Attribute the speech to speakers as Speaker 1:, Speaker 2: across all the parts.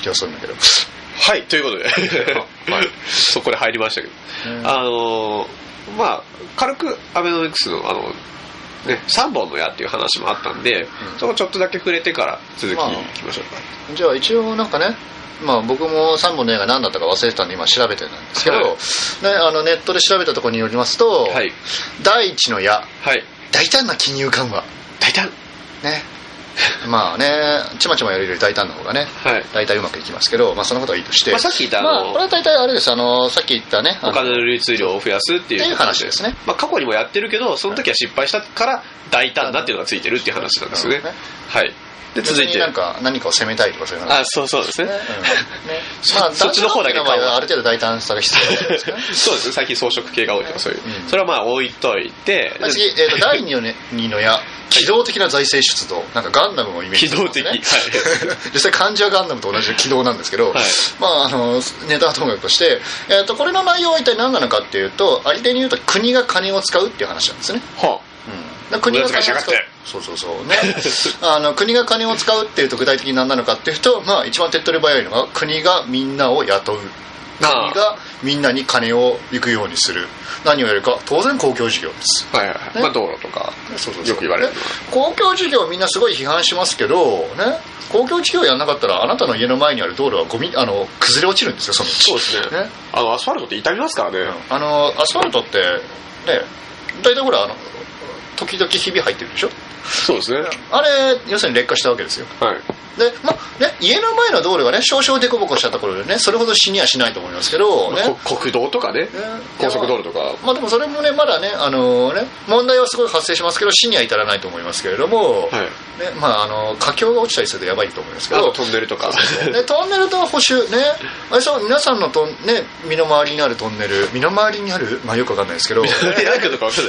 Speaker 1: 気がするんだけど
Speaker 2: はいということで、
Speaker 1: はい
Speaker 2: そこで入りましたけど、あのーまあ軽くアベノミクスのあの、ね、3本の矢っていう話もあったんで、
Speaker 1: うん
Speaker 2: そこちょっとだけ触れてから続き
Speaker 1: まあ
Speaker 2: 聞きましょうか、
Speaker 1: じゃあ一応なんかね、まあ、僕も3本の映画何だったか忘れてたんで今調べてるんですけど、
Speaker 2: はい
Speaker 1: ね、あのネットで調べたところによりますと、
Speaker 2: はい
Speaker 1: 第一の矢
Speaker 2: はい
Speaker 1: 大胆な金融緩和
Speaker 2: 大胆
Speaker 1: ねまあねちまちまやるより大胆の方がね
Speaker 2: はい、
Speaker 1: 大体うまくいきますけど、まあ、そのことはいいとして、
Speaker 2: まあ、さっき言ったあ
Speaker 1: まあ
Speaker 2: の、
Speaker 1: これは大体あれですあのさっき言ったねあの
Speaker 2: お金の流通量を増やすっていう
Speaker 1: っていう
Speaker 2: こと
Speaker 1: 話ですね、
Speaker 2: まあ、過去にもやってるけどその時は失敗したから大胆なっていうのがついてるっていう話なんですよね
Speaker 1: そうです
Speaker 2: はいで続い
Speaker 1: 別に
Speaker 2: て
Speaker 1: なんか何かを攻めたいとかそういう話
Speaker 2: あそうそうです
Speaker 1: ね
Speaker 2: ね
Speaker 1: うんね
Speaker 2: そ そっちの方だけ
Speaker 1: 大胆な場合はある程度大胆さが必 要なんですね
Speaker 2: そうですね最近装飾系が多いとかそういう、
Speaker 1: うん
Speaker 2: それはまあ置いといて
Speaker 1: まあ次、えー、 と第2の矢機動的な財政出動なんかガンダムのイメージ
Speaker 2: 機動的、はい
Speaker 1: 実際漢字はガンダムと同じ軌道なんですけど、
Speaker 2: はい
Speaker 1: まあ、あのネタはともかくとして、えー、とこれの内容は一体何なのかっていうと相手に言うと国が金を使うっていう話なんですね、
Speaker 2: は
Speaker 1: うん、だから国が金を使う
Speaker 2: 無駄遣いしやがって
Speaker 1: そうそうそうね あの国が金を使うっていうと具体的に何なのかっていうと、まあ、一番手っ取り早いのが国がみんなを雇う国
Speaker 2: あ
Speaker 1: がみんなに金を行くようにする何をやるか当然公共事業です
Speaker 2: あはいはいはい、
Speaker 1: ね
Speaker 2: まあ道路とか
Speaker 1: そうそうそう
Speaker 2: よく言われる
Speaker 1: ね公共事業みんなすごい批判しますけど、ね、公共事業やんなかったらあなたの家の前にある道路はゴミあの崩れ落ちるんですよそのうち
Speaker 2: そうですね
Speaker 1: ね
Speaker 2: あのアスファルトって傷みますからね、
Speaker 1: あのアスファルトってね大体ほらあの時々ひび入ってるでしょ
Speaker 2: そうですね
Speaker 1: あれ要するに劣化したわけですよ
Speaker 2: はい
Speaker 1: で、まあね、家の前の道路がね少々凸凹したところでねそれほど死にはしないと思いますけど、ね
Speaker 2: こ国道とかね
Speaker 1: ね
Speaker 2: 高速道路とか
Speaker 1: まあでもそれもねまだねあのね問題はすごい発生しますけど死には至らないと思いますけれども、
Speaker 2: はい
Speaker 1: ねまあ、あの佳境が落ちたりするとやばいと思いますけ
Speaker 2: あと
Speaker 1: ど
Speaker 2: トンネルとか
Speaker 1: でトンネルと補修ねあれそう皆さんのトン、ね、身の回りにあるトンネル身の回りにある、まあ、よくわかんないですけ ど
Speaker 2: 何かとか分かんないで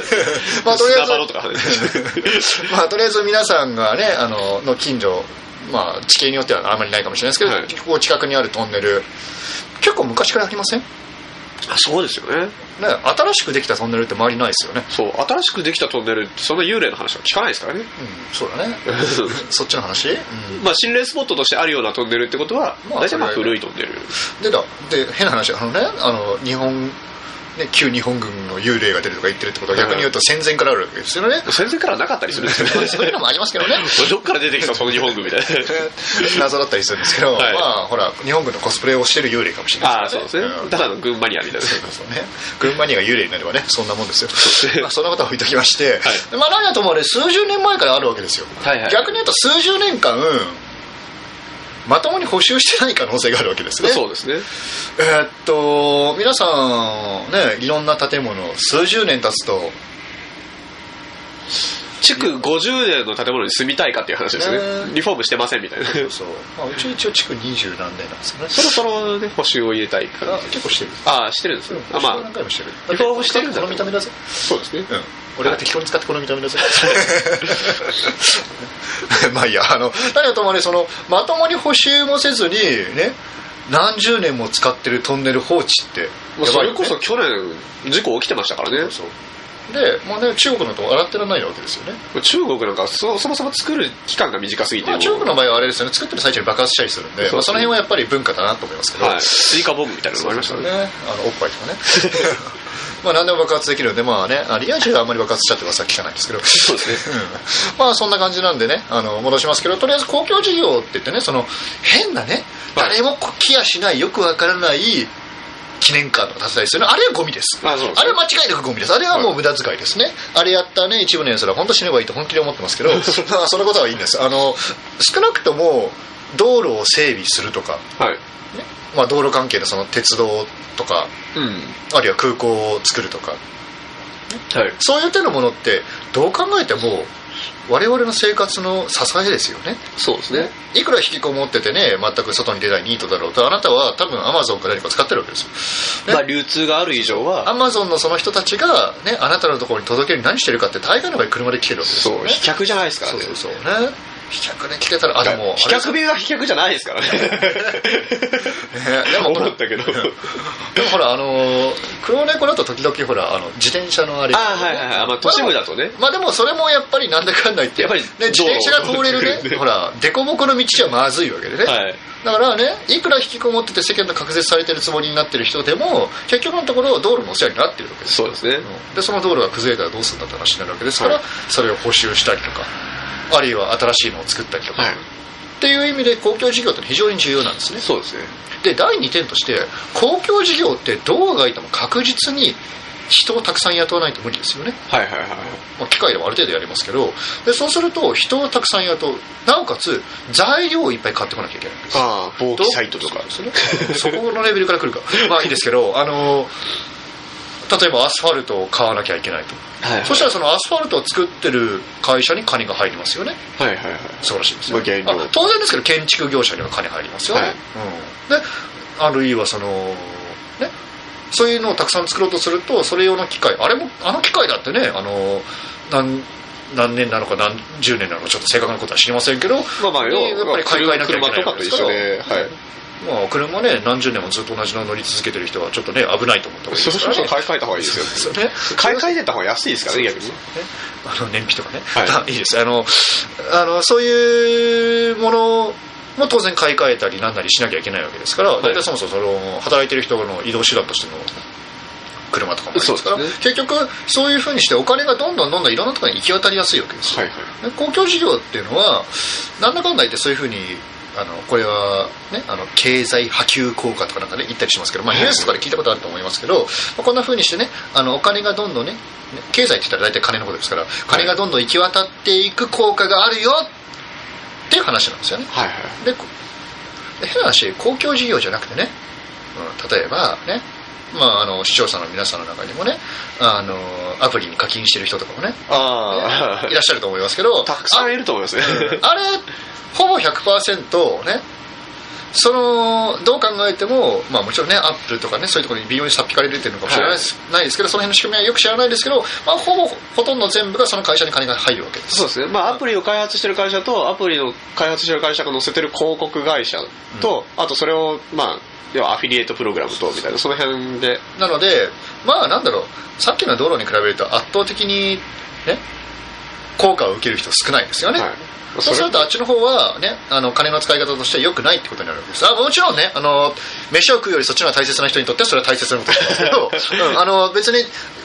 Speaker 2: す
Speaker 1: まあとりあえず
Speaker 2: 砂場のとか話
Speaker 1: まあとりあえず皆さんがねあのの近所、まあ、地形によってはあまりないかもしれないですけど、
Speaker 2: はい
Speaker 1: ここ近くにあるトンネル結構昔からありません、ね、
Speaker 2: あそうですよね
Speaker 1: 新しくできたトンネルって周りないですよね、
Speaker 2: そう新しくできたトンネルってそんな幽霊の話は聞かないです からね
Speaker 1: うん、そうだねそっちの話、うん
Speaker 2: まあ心霊スポットとしてあるようなトンネルってことは
Speaker 1: まあ
Speaker 2: 大体まあ
Speaker 1: それ
Speaker 2: 古いトンネル
Speaker 1: でだで変な話あのねあの日本ね、旧日本軍の幽霊が出るとか言ってるってことは逆に言うと戦前からあるわけですよね、
Speaker 2: 戦前からなかったりするんですよね
Speaker 1: そういうのもあります けどね
Speaker 2: どっから出てきたその日本軍 みたいな
Speaker 1: 謎だったりするんですけど、
Speaker 2: はい
Speaker 1: まあほら日本軍のコスプレをしてる幽霊かもしれ
Speaker 2: あ
Speaker 1: な
Speaker 2: あ
Speaker 1: い
Speaker 2: そうですね
Speaker 1: ん
Speaker 2: ただの群馬ニアみたいな
Speaker 1: そうね、群馬にが幽霊になればねそんなもん ですよまあそんなことは置いときまして、まあ何はともあれ数十年前からあるわけですよ、
Speaker 2: はいはい
Speaker 1: 逆に言うと数十年間まともに補修してない可能性があるわけですね
Speaker 2: そうですね
Speaker 1: えーっと皆さんねいろんな建物数十年経つと、
Speaker 2: 築50年の建物に住みたいかっていう話です
Speaker 1: う
Speaker 2: ね
Speaker 1: ん
Speaker 2: リフォームしてませんみたいなそろ
Speaker 1: そうまあ、うち一応築二十何年なんですよね
Speaker 2: そろね補修を入れたいから
Speaker 1: あ結構してる
Speaker 2: ああしてるんです
Speaker 1: うん
Speaker 2: ねあま
Speaker 1: 何
Speaker 2: あ
Speaker 1: 回もしてる
Speaker 2: リフォームしてるんだ
Speaker 1: この見た目だぜ
Speaker 2: そうですね
Speaker 1: うん俺が適当に使ってこの見た目だぜ まあいいやあの何はともあれそのまともに補修もせずにね何十年も使ってるトンネル放置って
Speaker 2: ま
Speaker 1: や
Speaker 2: あそ
Speaker 1: ばい
Speaker 2: れ
Speaker 1: よね
Speaker 2: こそ去年事故起きてましたからね
Speaker 1: そうでもうね中国のとこ洗ってらんないわけですよね
Speaker 2: 中国なんかそそもそも作る期間が短すぎて
Speaker 1: まあ、
Speaker 2: もう
Speaker 1: 中国の場合はあれですよね作ってる最中に爆発したりするんで
Speaker 2: そう
Speaker 1: まあ、その辺はやっぱり文化だなと思いますけど、
Speaker 2: はい、スイカボムみたいなの
Speaker 1: そ
Speaker 2: も
Speaker 1: う
Speaker 2: あり
Speaker 1: で
Speaker 2: まし
Speaker 1: すよ
Speaker 2: たね
Speaker 1: ねあのおっぱい とかねまあ何でも爆発できるんでまあねあリア充はあんまり爆発しちゃって噂は聞かないんですけど
Speaker 2: そうですね
Speaker 1: うんまあそんな感じなんでねあの戻しますけどとりあえず公共事業って言ってねその変なね
Speaker 2: はい
Speaker 1: 誰も来やしないよくわからない記念館とか建てたりするのあれはゴミです
Speaker 2: あそうですね
Speaker 1: あれは間違いなくゴミですあれはもう無駄遣いですね、あれやったね一部のやつら本当死ねばいいと本気で思ってますけどまあ そのことはいいんですあの少なくとも道路を整備するとか、
Speaker 2: はい
Speaker 1: まあ、道路関係のその鉄道とか
Speaker 2: うん
Speaker 1: あるいは空港を作るとか
Speaker 2: はい
Speaker 1: そういう手のものってどう考えても我々の生活の支えですよね
Speaker 2: そうですね
Speaker 1: いくら引きこもっててね全く外に出ないニートだろうとあなたは多分アマゾンか何か使ってるわけですよね
Speaker 2: まあ流通がある以上
Speaker 1: ア
Speaker 2: は
Speaker 1: マゾンのその人たちが、ね、あなたのところに届ける何してるかって大概の場合車で来てるわけですよ
Speaker 2: そう
Speaker 1: ね
Speaker 2: 飛脚じゃないですから
Speaker 1: そう
Speaker 2: ね
Speaker 1: そうそうね飛脚で来てたらあでも
Speaker 2: 飛脚便は飛脚じゃないですからね
Speaker 1: ねでもほら
Speaker 2: 思ったけど
Speaker 1: でもほらあの黒猫だと時々ほらあの自転車のあれ
Speaker 2: ああはいはいはいまあ都市部だとね
Speaker 1: まあでもそれもやっぱりなんだかんだ言って
Speaker 2: やっぱり
Speaker 1: ね、自転車が通れる
Speaker 2: 道路
Speaker 1: ねほら凸凹の道じゃまずいわけでね、
Speaker 2: はい
Speaker 1: だからねいくら引きこもってて世間と隔絶されてるつもりになってる人でも結局のところ道路のお世話になってるわけですよ
Speaker 2: そうですね
Speaker 1: うんでその道路が崩れたらどうするんだって話になるわけですから、
Speaker 2: はい
Speaker 1: それを補修したりとかあるいは新しいのを作ったりとか、
Speaker 2: はい
Speaker 1: っていう意味で公共事業って非常に重要なんですね
Speaker 2: そうですね
Speaker 1: で第2点として公共事業ってどうがいても確実に人をたくさん雇わないと無理ですよね、
Speaker 2: はいはいはい
Speaker 1: まあ、機械でもある程度やりますけどでそうすると人をたくさん雇うなおかつ材料をいっぱい買ってこなきゃいけないんです
Speaker 2: ああ貿易サイトとか
Speaker 1: そうですねそこのレベルから来 るかまあいいですけどあの例えばアスファルトを買わなきゃいけないと
Speaker 2: はい
Speaker 1: そしたらそのアスファルトを作ってる会社に金が入りますよね
Speaker 2: はいはいはい
Speaker 1: 素晴らしいですよ、
Speaker 2: まあ原料
Speaker 1: あ当然ですけど建築業者には金入りますよね、
Speaker 2: はい
Speaker 1: うん、であるいはそのねそういうのをたくさん作ろうとするとそれ用の機械あれもあの機械だってねあの何何年なのか何十年なのかちょっと正確なことは知りませんけど、ま
Speaker 2: まあまあ要は
Speaker 1: やっぱり買い替えなきゃいけない
Speaker 2: 車とかと一緒ではい
Speaker 1: あ、車もね何十年もずっと同じの乗り続けてる人はちょっとね危ないと思った方がいい
Speaker 2: そ
Speaker 1: です
Speaker 2: うそ
Speaker 1: か
Speaker 2: う
Speaker 1: ら
Speaker 2: そう
Speaker 1: ね
Speaker 2: 買い替えた方がいいですよ
Speaker 1: そうね
Speaker 2: 買い替えてた方が安いですからね逆に
Speaker 1: あの燃費とかね、
Speaker 2: はい
Speaker 1: まあ いいですあのあのそういうものも当然買い替えたりなんなりしなきゃいけないわけですから、
Speaker 2: い
Speaker 1: 大体そもそもその働いてる人の移動手段としての車とかもありますから
Speaker 2: そうです
Speaker 1: 結局そういうふうにしてお金がどんどんどんどんいろんなところに行き渡りやすいわけですよ、
Speaker 2: はいはい
Speaker 1: で公共事業っていうのはなんだかんだ言ってそういうふうにあのこれは、ね、あの経済波及効果とかなんかね言ったりしますけど、まあ、
Speaker 2: は
Speaker 1: ニ
Speaker 2: い
Speaker 1: ュースとかで聞いたことあると思いますけど、まあこんなふうにしてねあのお金がどんどんねね経済って言ったら大体金のことですから金がどんどん行き渡っていく効果があるよっていう話なんですよね。
Speaker 2: はいはい
Speaker 1: でこで変な話公共事業じゃなくてね、うん、例えばね、まあ、あの視聴者の皆さんの中にもねあのアプリに課金してる人とかもね
Speaker 2: あ
Speaker 1: いらっしゃると思いますけど
Speaker 2: あたくさんいると思いますね
Speaker 1: あれほぼ100%ねそのどう考えても、まあ、もちろんねアップルとかねそういうところに微妙にさっぴかれ出てるのかもしれないです,、ないですけどその辺の仕組みはよく知らないですけど、まあ、ほぼほとんど全部がその会社に金が入るわけです
Speaker 2: そうですね、まあ、アプリを開発してる会社とアプリの開発してる会社が載せてる広告会社と、あとそれを、まあ、要はアフィリエイトプログラムとみたいなその辺で
Speaker 1: なのでまあなんだろうさっきの道路に比べると圧倒的にね効果を受ける人少ないですよね、
Speaker 2: はい
Speaker 1: そうするとあっちの方はねあの金の使い方としては良くないってことになるわけですあもちろんねあの飯を食うよりそっちの方が大切な人にとってはそれは大切なことなんですけど、 うんあの別に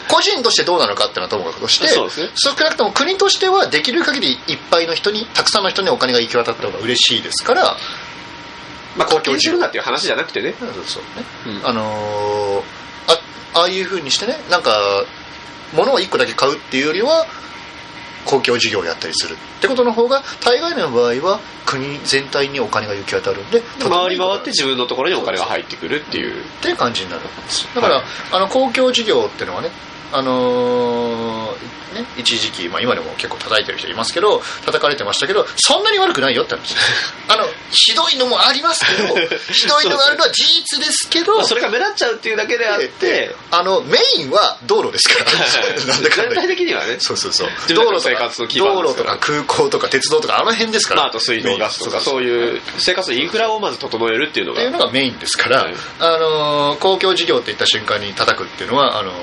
Speaker 1: 個人としてどうなのかっていうのはともかくとして
Speaker 2: そうですね
Speaker 1: 少なくとも国としてはできる限りいっぱいの人にたくさんの人にお金が行き渡った方が嬉しいですから
Speaker 2: まあ、課金するなっていう話じゃなくてね、
Speaker 1: そうそうね
Speaker 2: うん
Speaker 1: あのーあああいうふうにしてねなんか物を1個だけ買うっていうよりは公共事業をやったりするってことの方が大概の場合は国全体にお金が行き渡るんで
Speaker 2: 回り回って自分のところにお金が入ってくるってい
Speaker 1: っ
Speaker 2: う
Speaker 1: ていう感じになるわけですだから、
Speaker 2: はい
Speaker 1: あの公共事業っていうのはねあのーね、一時期、まあ、今でも結構叩いてる人いますけど叩かれてましたけどそんなに悪くないよって話ですあのひどいのもあります けどひどいのがあるのは事実ですけど
Speaker 2: まあそれが目立っちゃうっていうだけであって
Speaker 1: あのメインは道路ですから なんだかんだ
Speaker 2: 全
Speaker 1: 言っ
Speaker 2: 体
Speaker 1: て
Speaker 2: 的にはね
Speaker 1: そうそうそう
Speaker 2: 自分たちの生活の基盤
Speaker 1: 道
Speaker 2: です
Speaker 1: 路と
Speaker 2: から
Speaker 1: か空港とか鉄道とかあの辺ですから
Speaker 2: まあ、あと水道ガスとか
Speaker 1: そうそうそう
Speaker 2: そういう生活のインフラをまず整えるっていうの
Speaker 1: っていうの
Speaker 2: が
Speaker 1: がメインですから、
Speaker 2: はい
Speaker 1: あのー公共事業って言った瞬間に叩くっていうのはあのー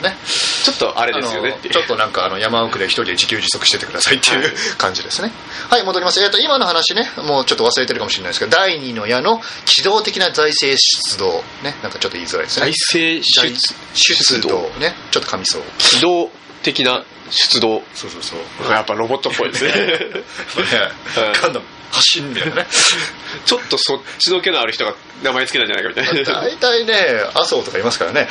Speaker 1: ね
Speaker 2: ちょっとあれですよねって
Speaker 1: あの
Speaker 2: いう
Speaker 1: ちょっとなんかあの山奥で一人で自給自足しててくださいっていう、
Speaker 2: はい
Speaker 1: 感じですねはい戻りますえっと今の話ねもうちょっと忘れてるかもしれないですけど第二の矢の機動的な財政出動ねなんかちょっと言いづらいですね
Speaker 2: 財政
Speaker 1: 財
Speaker 2: 出
Speaker 1: 出
Speaker 2: 出動
Speaker 1: 動ねちょっと噛みそう
Speaker 2: 機動的な出動
Speaker 1: そうそうそう
Speaker 2: やっぱロボットっぽいですね
Speaker 1: ね、ガンダム走んだよね
Speaker 2: ちょっとそっちのけのある人が名前つけたんじゃないかみたいな
Speaker 1: 大体ね麻生とかいますからね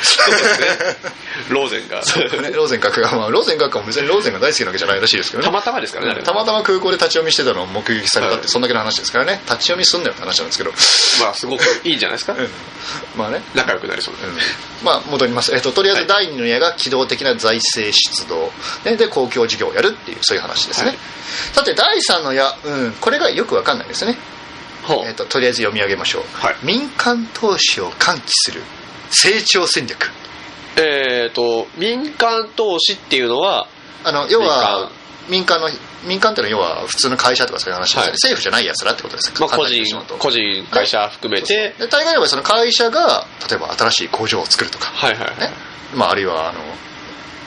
Speaker 2: ローゼンが
Speaker 1: ねローゼン閣下、まあ、ローゼン閣下も別にローゼンが大好きなわけじゃないらしいですけどね
Speaker 2: たまたまですからねあれ
Speaker 1: たまたま空港で立ち読みしてたのを目撃されたっ
Speaker 2: は
Speaker 1: て
Speaker 2: い
Speaker 1: そんだけの話ですからね立ち読みすんなよって話なんですけど、
Speaker 2: まあすごくいいんじゃないですか
Speaker 1: うんまあね
Speaker 2: 仲良くなりそうで
Speaker 1: うんまあ戻ります、えっと、とりあえず第二の矢が機動的な財政出動、ね、で公共事業をやるっていうそういう話ですね、
Speaker 2: はい
Speaker 1: さて第三の矢、うん、これがよくわかんないですね、
Speaker 2: ほう
Speaker 1: えっと、とりあえず読み上げましょう、
Speaker 2: はい
Speaker 1: 民間投資を喚起する成長戦略
Speaker 2: えっと民間投資っていうのは
Speaker 1: あの要は民間の民間っていうのは要は普通の会社とかそういう話ですよね、
Speaker 2: はい
Speaker 1: 政府じゃないやつらってことです
Speaker 2: まあ
Speaker 1: 簡
Speaker 2: 個
Speaker 1: 単に言
Speaker 2: 人
Speaker 1: ってしまうと
Speaker 2: 個人会社含めて
Speaker 1: で大概の場合その会社が例えば新しい工場を作るとか、
Speaker 2: はいはいはい
Speaker 1: ねまあ、あるいはあの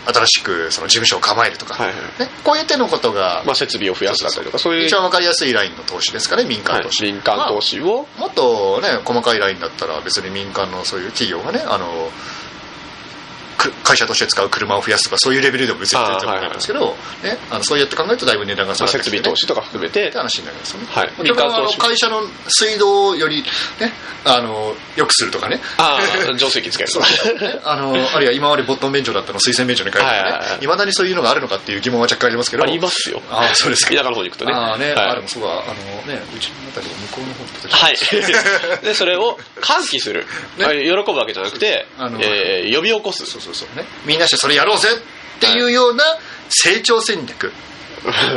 Speaker 1: 新しくその事務所を構えるとか、
Speaker 2: はいはい
Speaker 1: ね、こういう手のことが、
Speaker 2: まあ、設備を増やすだったりとかそういう
Speaker 1: 一番わかりやすいラインの投資ですかね民間
Speaker 2: はい
Speaker 1: 投資、
Speaker 2: 民間投資を、
Speaker 1: まあもっとね細かいラインだったら別に民間のそういう企業がねあのく会社として使う車を増やすとかそういうレベルでも別に全然問題なんですけど、ね、あのそうやって考えるとだいぶ値段が下
Speaker 2: まあ
Speaker 1: がって
Speaker 2: 設
Speaker 1: きて、ね
Speaker 2: 備投資とか含めて
Speaker 1: って話になりますよね、
Speaker 2: はい
Speaker 1: 結局あの会社の水道をより、ね、あのよくするとかね
Speaker 2: ああ定石使える
Speaker 1: そうねあ のあるいは今までボットン便所だったのを水洗便所に変えると
Speaker 2: はい
Speaker 1: か
Speaker 2: はい
Speaker 1: ね
Speaker 2: はい
Speaker 1: いまだにそういうのがあるのかっていう疑問は若干ありますけど
Speaker 2: ありますよ
Speaker 1: あそうです か
Speaker 2: 田舎の方に行くとね
Speaker 1: ああね、
Speaker 2: はい
Speaker 1: あでもそうだあのねうちの中でも向こうの方ってこと
Speaker 2: は いでそれを喚起する、
Speaker 1: ね
Speaker 2: あ喜ぶわけじゃなくて
Speaker 1: あの
Speaker 2: えー呼び起こす
Speaker 1: そうそうそうねみんなしてそれやろうぜっていうような成長戦略、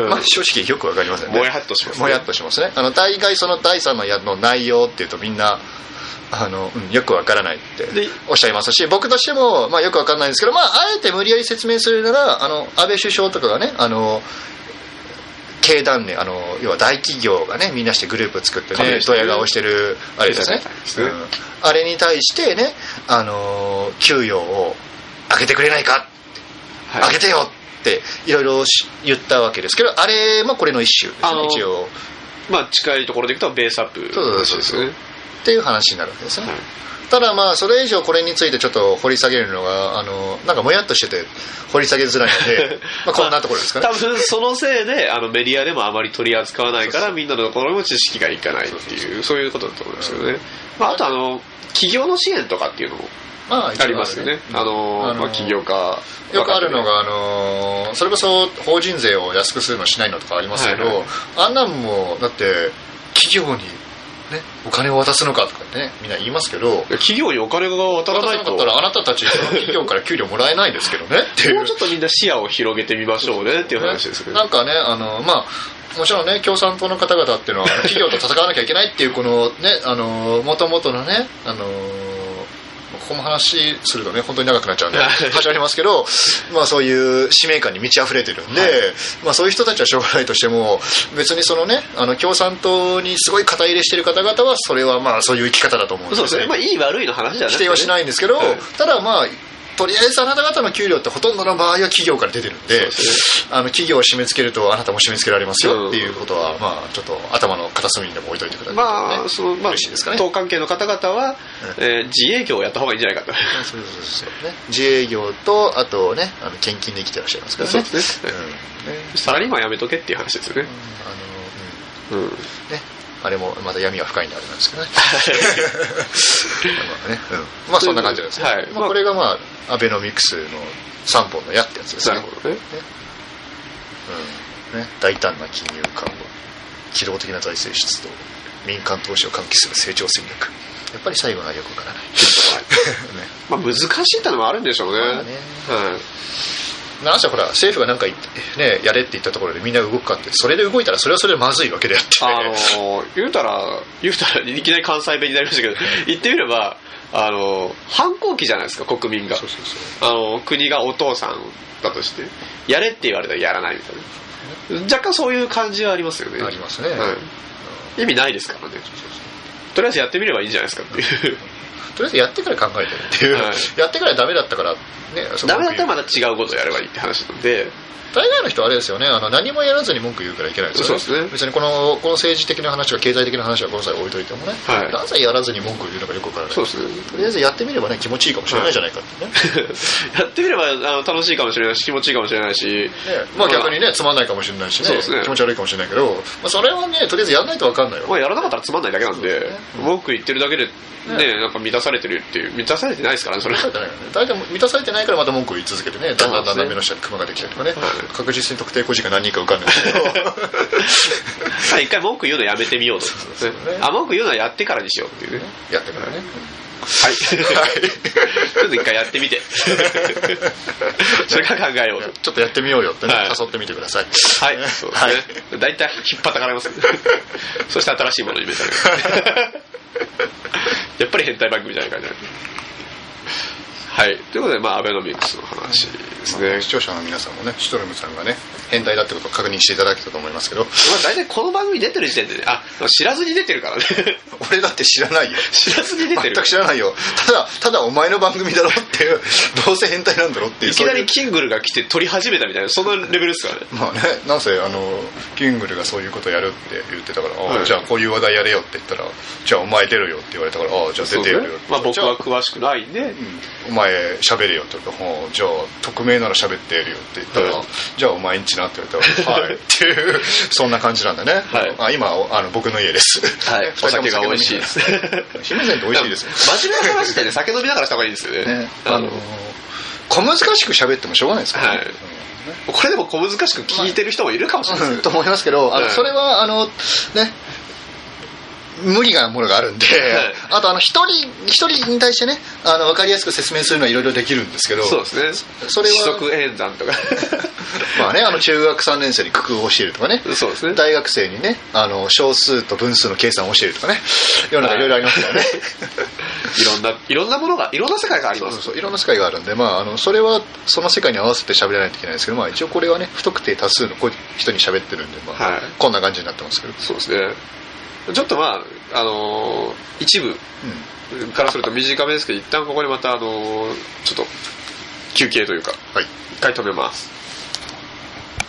Speaker 1: まあ正直よくわかりませんね
Speaker 2: もやっとしますね
Speaker 1: もやっとしますねあの大概その第三の矢の内容っていうとみんなあの、うん、よくわからないって
Speaker 2: で
Speaker 1: おっしゃいますし僕としても、まあ、よくわかんないんですけど、まあ、あえて無理やり説明するならあの安倍首相とかがねあの経団連あの要は大企業がねみんなしてグループを作って
Speaker 2: 加
Speaker 1: ね
Speaker 2: 盟して
Speaker 1: ド
Speaker 2: る
Speaker 1: ヤ顔してるあれですね
Speaker 2: 経済団体ですね
Speaker 1: うんあれに対してねあの給与を上げてくれないか
Speaker 2: はい
Speaker 1: あげてよっていろいろし言ったわけですけどあれもこれの一種です
Speaker 2: あの
Speaker 1: ね一応
Speaker 2: まあ近いところでいくとベースアップ
Speaker 1: そうそうそう
Speaker 2: ですね
Speaker 1: っていう話になるわけですね、
Speaker 2: はい
Speaker 1: ただまあそれ以上これについてちょっと掘り下げるのがあのなんかもやっとしてて掘り下げづらいの でまあこんなところですかね
Speaker 2: 多分そのせいであのメディアでもあまり取り扱わないか
Speaker 1: そう
Speaker 2: ら
Speaker 1: そ
Speaker 2: みんなのところにも知識がいかないっていうそういうことだと思いますよね、まあ、あとあの企業の支援とかっていうのも
Speaker 1: まあ一応
Speaker 2: ありますよね
Speaker 1: うん
Speaker 2: あの、まあ、企業家
Speaker 1: よくあるのが、あのーそれこそ法人税を安くするのしないのとかありますけど、
Speaker 2: はいはい
Speaker 1: あんなんもだって企業に、ね、お金を渡すのかとかってねみんな言いますけど
Speaker 2: 企業にお金が渡
Speaker 1: 渡さ
Speaker 2: らな
Speaker 1: な
Speaker 2: い
Speaker 1: か
Speaker 2: と
Speaker 1: ったらあなたたちその企業から給料もらえないですけどねっていう
Speaker 2: もうちょっとみんな視野を広げてみましょうねっていう話ですけど、
Speaker 1: なんかねあのまあもちろんね共産党の方々っていうのは企業と戦わなきゃいけないっていうこのねあの元々のねあのここも話するとね本当に長くなっちゃうんで始まりますけど、まあ、そういう使命感に満ち溢れてるんで、まあ、そういう人たちはしょうがないとしても別にそのねあの共産党にすごい肩入れしてる方々はそれはまあそういう生き方だと思うんです
Speaker 2: そう
Speaker 1: よ
Speaker 2: ですね、まあ、いい悪いの話じゃなく
Speaker 1: 否
Speaker 2: て、ね、
Speaker 1: 定はしないんですけど、
Speaker 2: はい
Speaker 1: ただまあとりあえずあなた方の給料ってほとんどの場合は企業から出てるんで
Speaker 2: そうです
Speaker 1: あの企業を締め付けるとあなたも締め付けられます
Speaker 2: う
Speaker 1: よ
Speaker 2: ん
Speaker 1: っていうことは、まあ、ちょっと頭の片隅にでも置いといてください、
Speaker 2: まあ、
Speaker 1: ね
Speaker 2: その、まあ
Speaker 1: 嬉しいですか、ね
Speaker 2: 党関係の方々は、
Speaker 1: う
Speaker 2: えー自営業をやった方がいいんじゃないかと。
Speaker 1: そうそうそうそうね自営業とあとねあの献金で生きてらっしゃいますから
Speaker 2: そう
Speaker 1: ね
Speaker 2: ですね
Speaker 1: うんね
Speaker 2: サラリーマンやめとけっていう話ですよね
Speaker 1: う。んあのうん
Speaker 2: うん。
Speaker 1: ね、あれもまた闇が深いんであれなんですけどね。まあね、うん、まあそんな感じなんですね。
Speaker 2: はい
Speaker 1: まあこれがまあアベノミクスの三本の矢ってやつです
Speaker 2: な
Speaker 1: ね。
Speaker 2: るほどね。
Speaker 1: うんね、大胆な金融緩和機動的な財政出動民間投資を喚起する成長戦略やっぱり最後はよくわからない ね
Speaker 2: まあ、難しいってのもあるんでしょうね。
Speaker 1: まあね
Speaker 2: はい。
Speaker 1: なんせほら政府が何か言って、ね、やれって言ったところでみんな動くかってそれで動いたらそれはそれでまずいわけであって
Speaker 2: あの ー、言うたら、言うたら、いきなり関西弁になりましたけど、言ってみれば、あのー、反抗期じゃないですか、国民が。
Speaker 1: そうそうそう
Speaker 2: あのー、国がお父さんだとして、やれって言われたらやらないみたいな。若干そういう感じはありますよね。
Speaker 1: ありますね
Speaker 2: はい。意味ないですからね。とりあえずやってみればいいんじゃないですかっていう。
Speaker 1: とりあえずやってから考えてるっていう、
Speaker 2: はい
Speaker 1: やってからダメだったから、ね、その
Speaker 2: ダメだったらまた違うことをやればいいって話なんで、
Speaker 1: 大概の人はあれですよねあの何もやらずに文句言うからいけないですよね
Speaker 2: そうですね
Speaker 1: 別にこのこの政治的な話とか経済的な話はこの際置いといてもね、
Speaker 2: はい
Speaker 1: なぜやらずに文句を言うのかよくわからない
Speaker 2: そうですね。
Speaker 1: とりあえずやってみればね気持ちいいかもしれないじゃないかってね、
Speaker 2: やってみればあの楽しいかもしれないし気持ちいいかもしれないし、
Speaker 1: ねまあ逆にねつまんないかもしれないしね
Speaker 2: そうですね
Speaker 1: 気持ち悪いかもしれないけど、まあ、それはねとりあえずやらないとわかんないよ、
Speaker 2: まあ、やらなかったらつまんないだけなんで文句言ってるだけで、ねなんか満たされてるっていう満たされてないですからねそれ
Speaker 1: 満たされてないからね大体満たされてないからまた文句を言い続けてねだんだんだんだん目の下にクマができたりとかね、確実に特定個人が何人か浮かんでますけど
Speaker 2: さあ一回文句言うのやめてみようと
Speaker 1: そうそうね
Speaker 2: あ文句言うのはやってからにしようっていうね
Speaker 1: やってからね、
Speaker 2: はいちょっと一回やってみてそれから考えようと
Speaker 1: ちょっとやってみようよってね、
Speaker 2: はい
Speaker 1: 誘ってみてください。
Speaker 2: はい、そうですね。大体引っ張ったかられます。 そして新しいものに目 覚める。やっぱり変態番組じゃないかみたいな。はいということで、まあ、アベノミクスの話ですね、
Speaker 1: まあ視聴者の皆さんもねシュトルムさんがね変態だってことを確認していただけたと思いますけど
Speaker 2: まあ、大体この番組出てる時点でねあ知らずに出てるからね
Speaker 1: 俺だって知らないよ
Speaker 2: 知らずに出て
Speaker 1: 全
Speaker 2: る
Speaker 1: く知らないよただただお前の番組だろっていう どうせ変態なんだろっていう
Speaker 2: いきなり
Speaker 1: そう
Speaker 2: キングルが来て撮り始めたみたいなそんなレベルですからね
Speaker 1: いうまあねなんせあのキングルがそういうことやるって言ってたから、ああ
Speaker 2: はい
Speaker 1: じゃあこういう話題やれよって言ったらじゃあお前出るよって言われたからああじゃあ出てやるよって、
Speaker 2: まあ、僕
Speaker 1: じゃ
Speaker 2: は
Speaker 1: あ
Speaker 2: 詳しくないんで、
Speaker 1: うんお前喋れよって言うとああじゃあ匿名なら喋ってやるよって言ったら、
Speaker 2: はい
Speaker 1: じゃあお前んちなって言われ たらはいっていうそんな感じなんだね、
Speaker 2: はい
Speaker 1: あ今あの僕の家です
Speaker 2: はい、お酒が美味しいで
Speaker 1: ですす 姫膳って美味しいですよ
Speaker 2: 真面目な話でね酒飲みながらした方がいいんですよね
Speaker 1: ね、
Speaker 2: あ
Speaker 1: あ
Speaker 2: の
Speaker 1: の小難しく喋ってもしょうがないですからね、
Speaker 2: はいこれでも小難しく聞いてる人もいるかもしれない
Speaker 1: うん
Speaker 2: です
Speaker 1: と
Speaker 2: けど、
Speaker 1: 思いますけど、あの
Speaker 2: はい
Speaker 1: それはあのね無理なものがあるんで、
Speaker 2: はい
Speaker 1: あとあの一人一人に対してねあの分かりやすく説明するのはいろいろできるんですけど
Speaker 2: そうですね
Speaker 1: それは
Speaker 2: 四則演算と か
Speaker 1: まあねあの中学3年生に工夫を教えるとかね
Speaker 2: そうですね
Speaker 1: 大学生にねあの小数と分数の計算を教えるとかね世の中いろいろありますからね、
Speaker 2: いろんないろんなものがいろんな世界があり
Speaker 1: そ
Speaker 2: ま
Speaker 1: う そう
Speaker 2: す
Speaker 1: そういろんな世界があるんで、まあ、あのそれはその世界に合わせて喋らないといけないんですけど、まあ、一応これはね不特定多数のこ人に喋ってるんで、まあ
Speaker 2: はい
Speaker 1: こんな感じになってますけど、うん、
Speaker 2: そうですねちょっとまああのー一部からすると短めですけど一旦ここでまたあのーちょっと休憩というか
Speaker 1: はい
Speaker 2: 一回止めます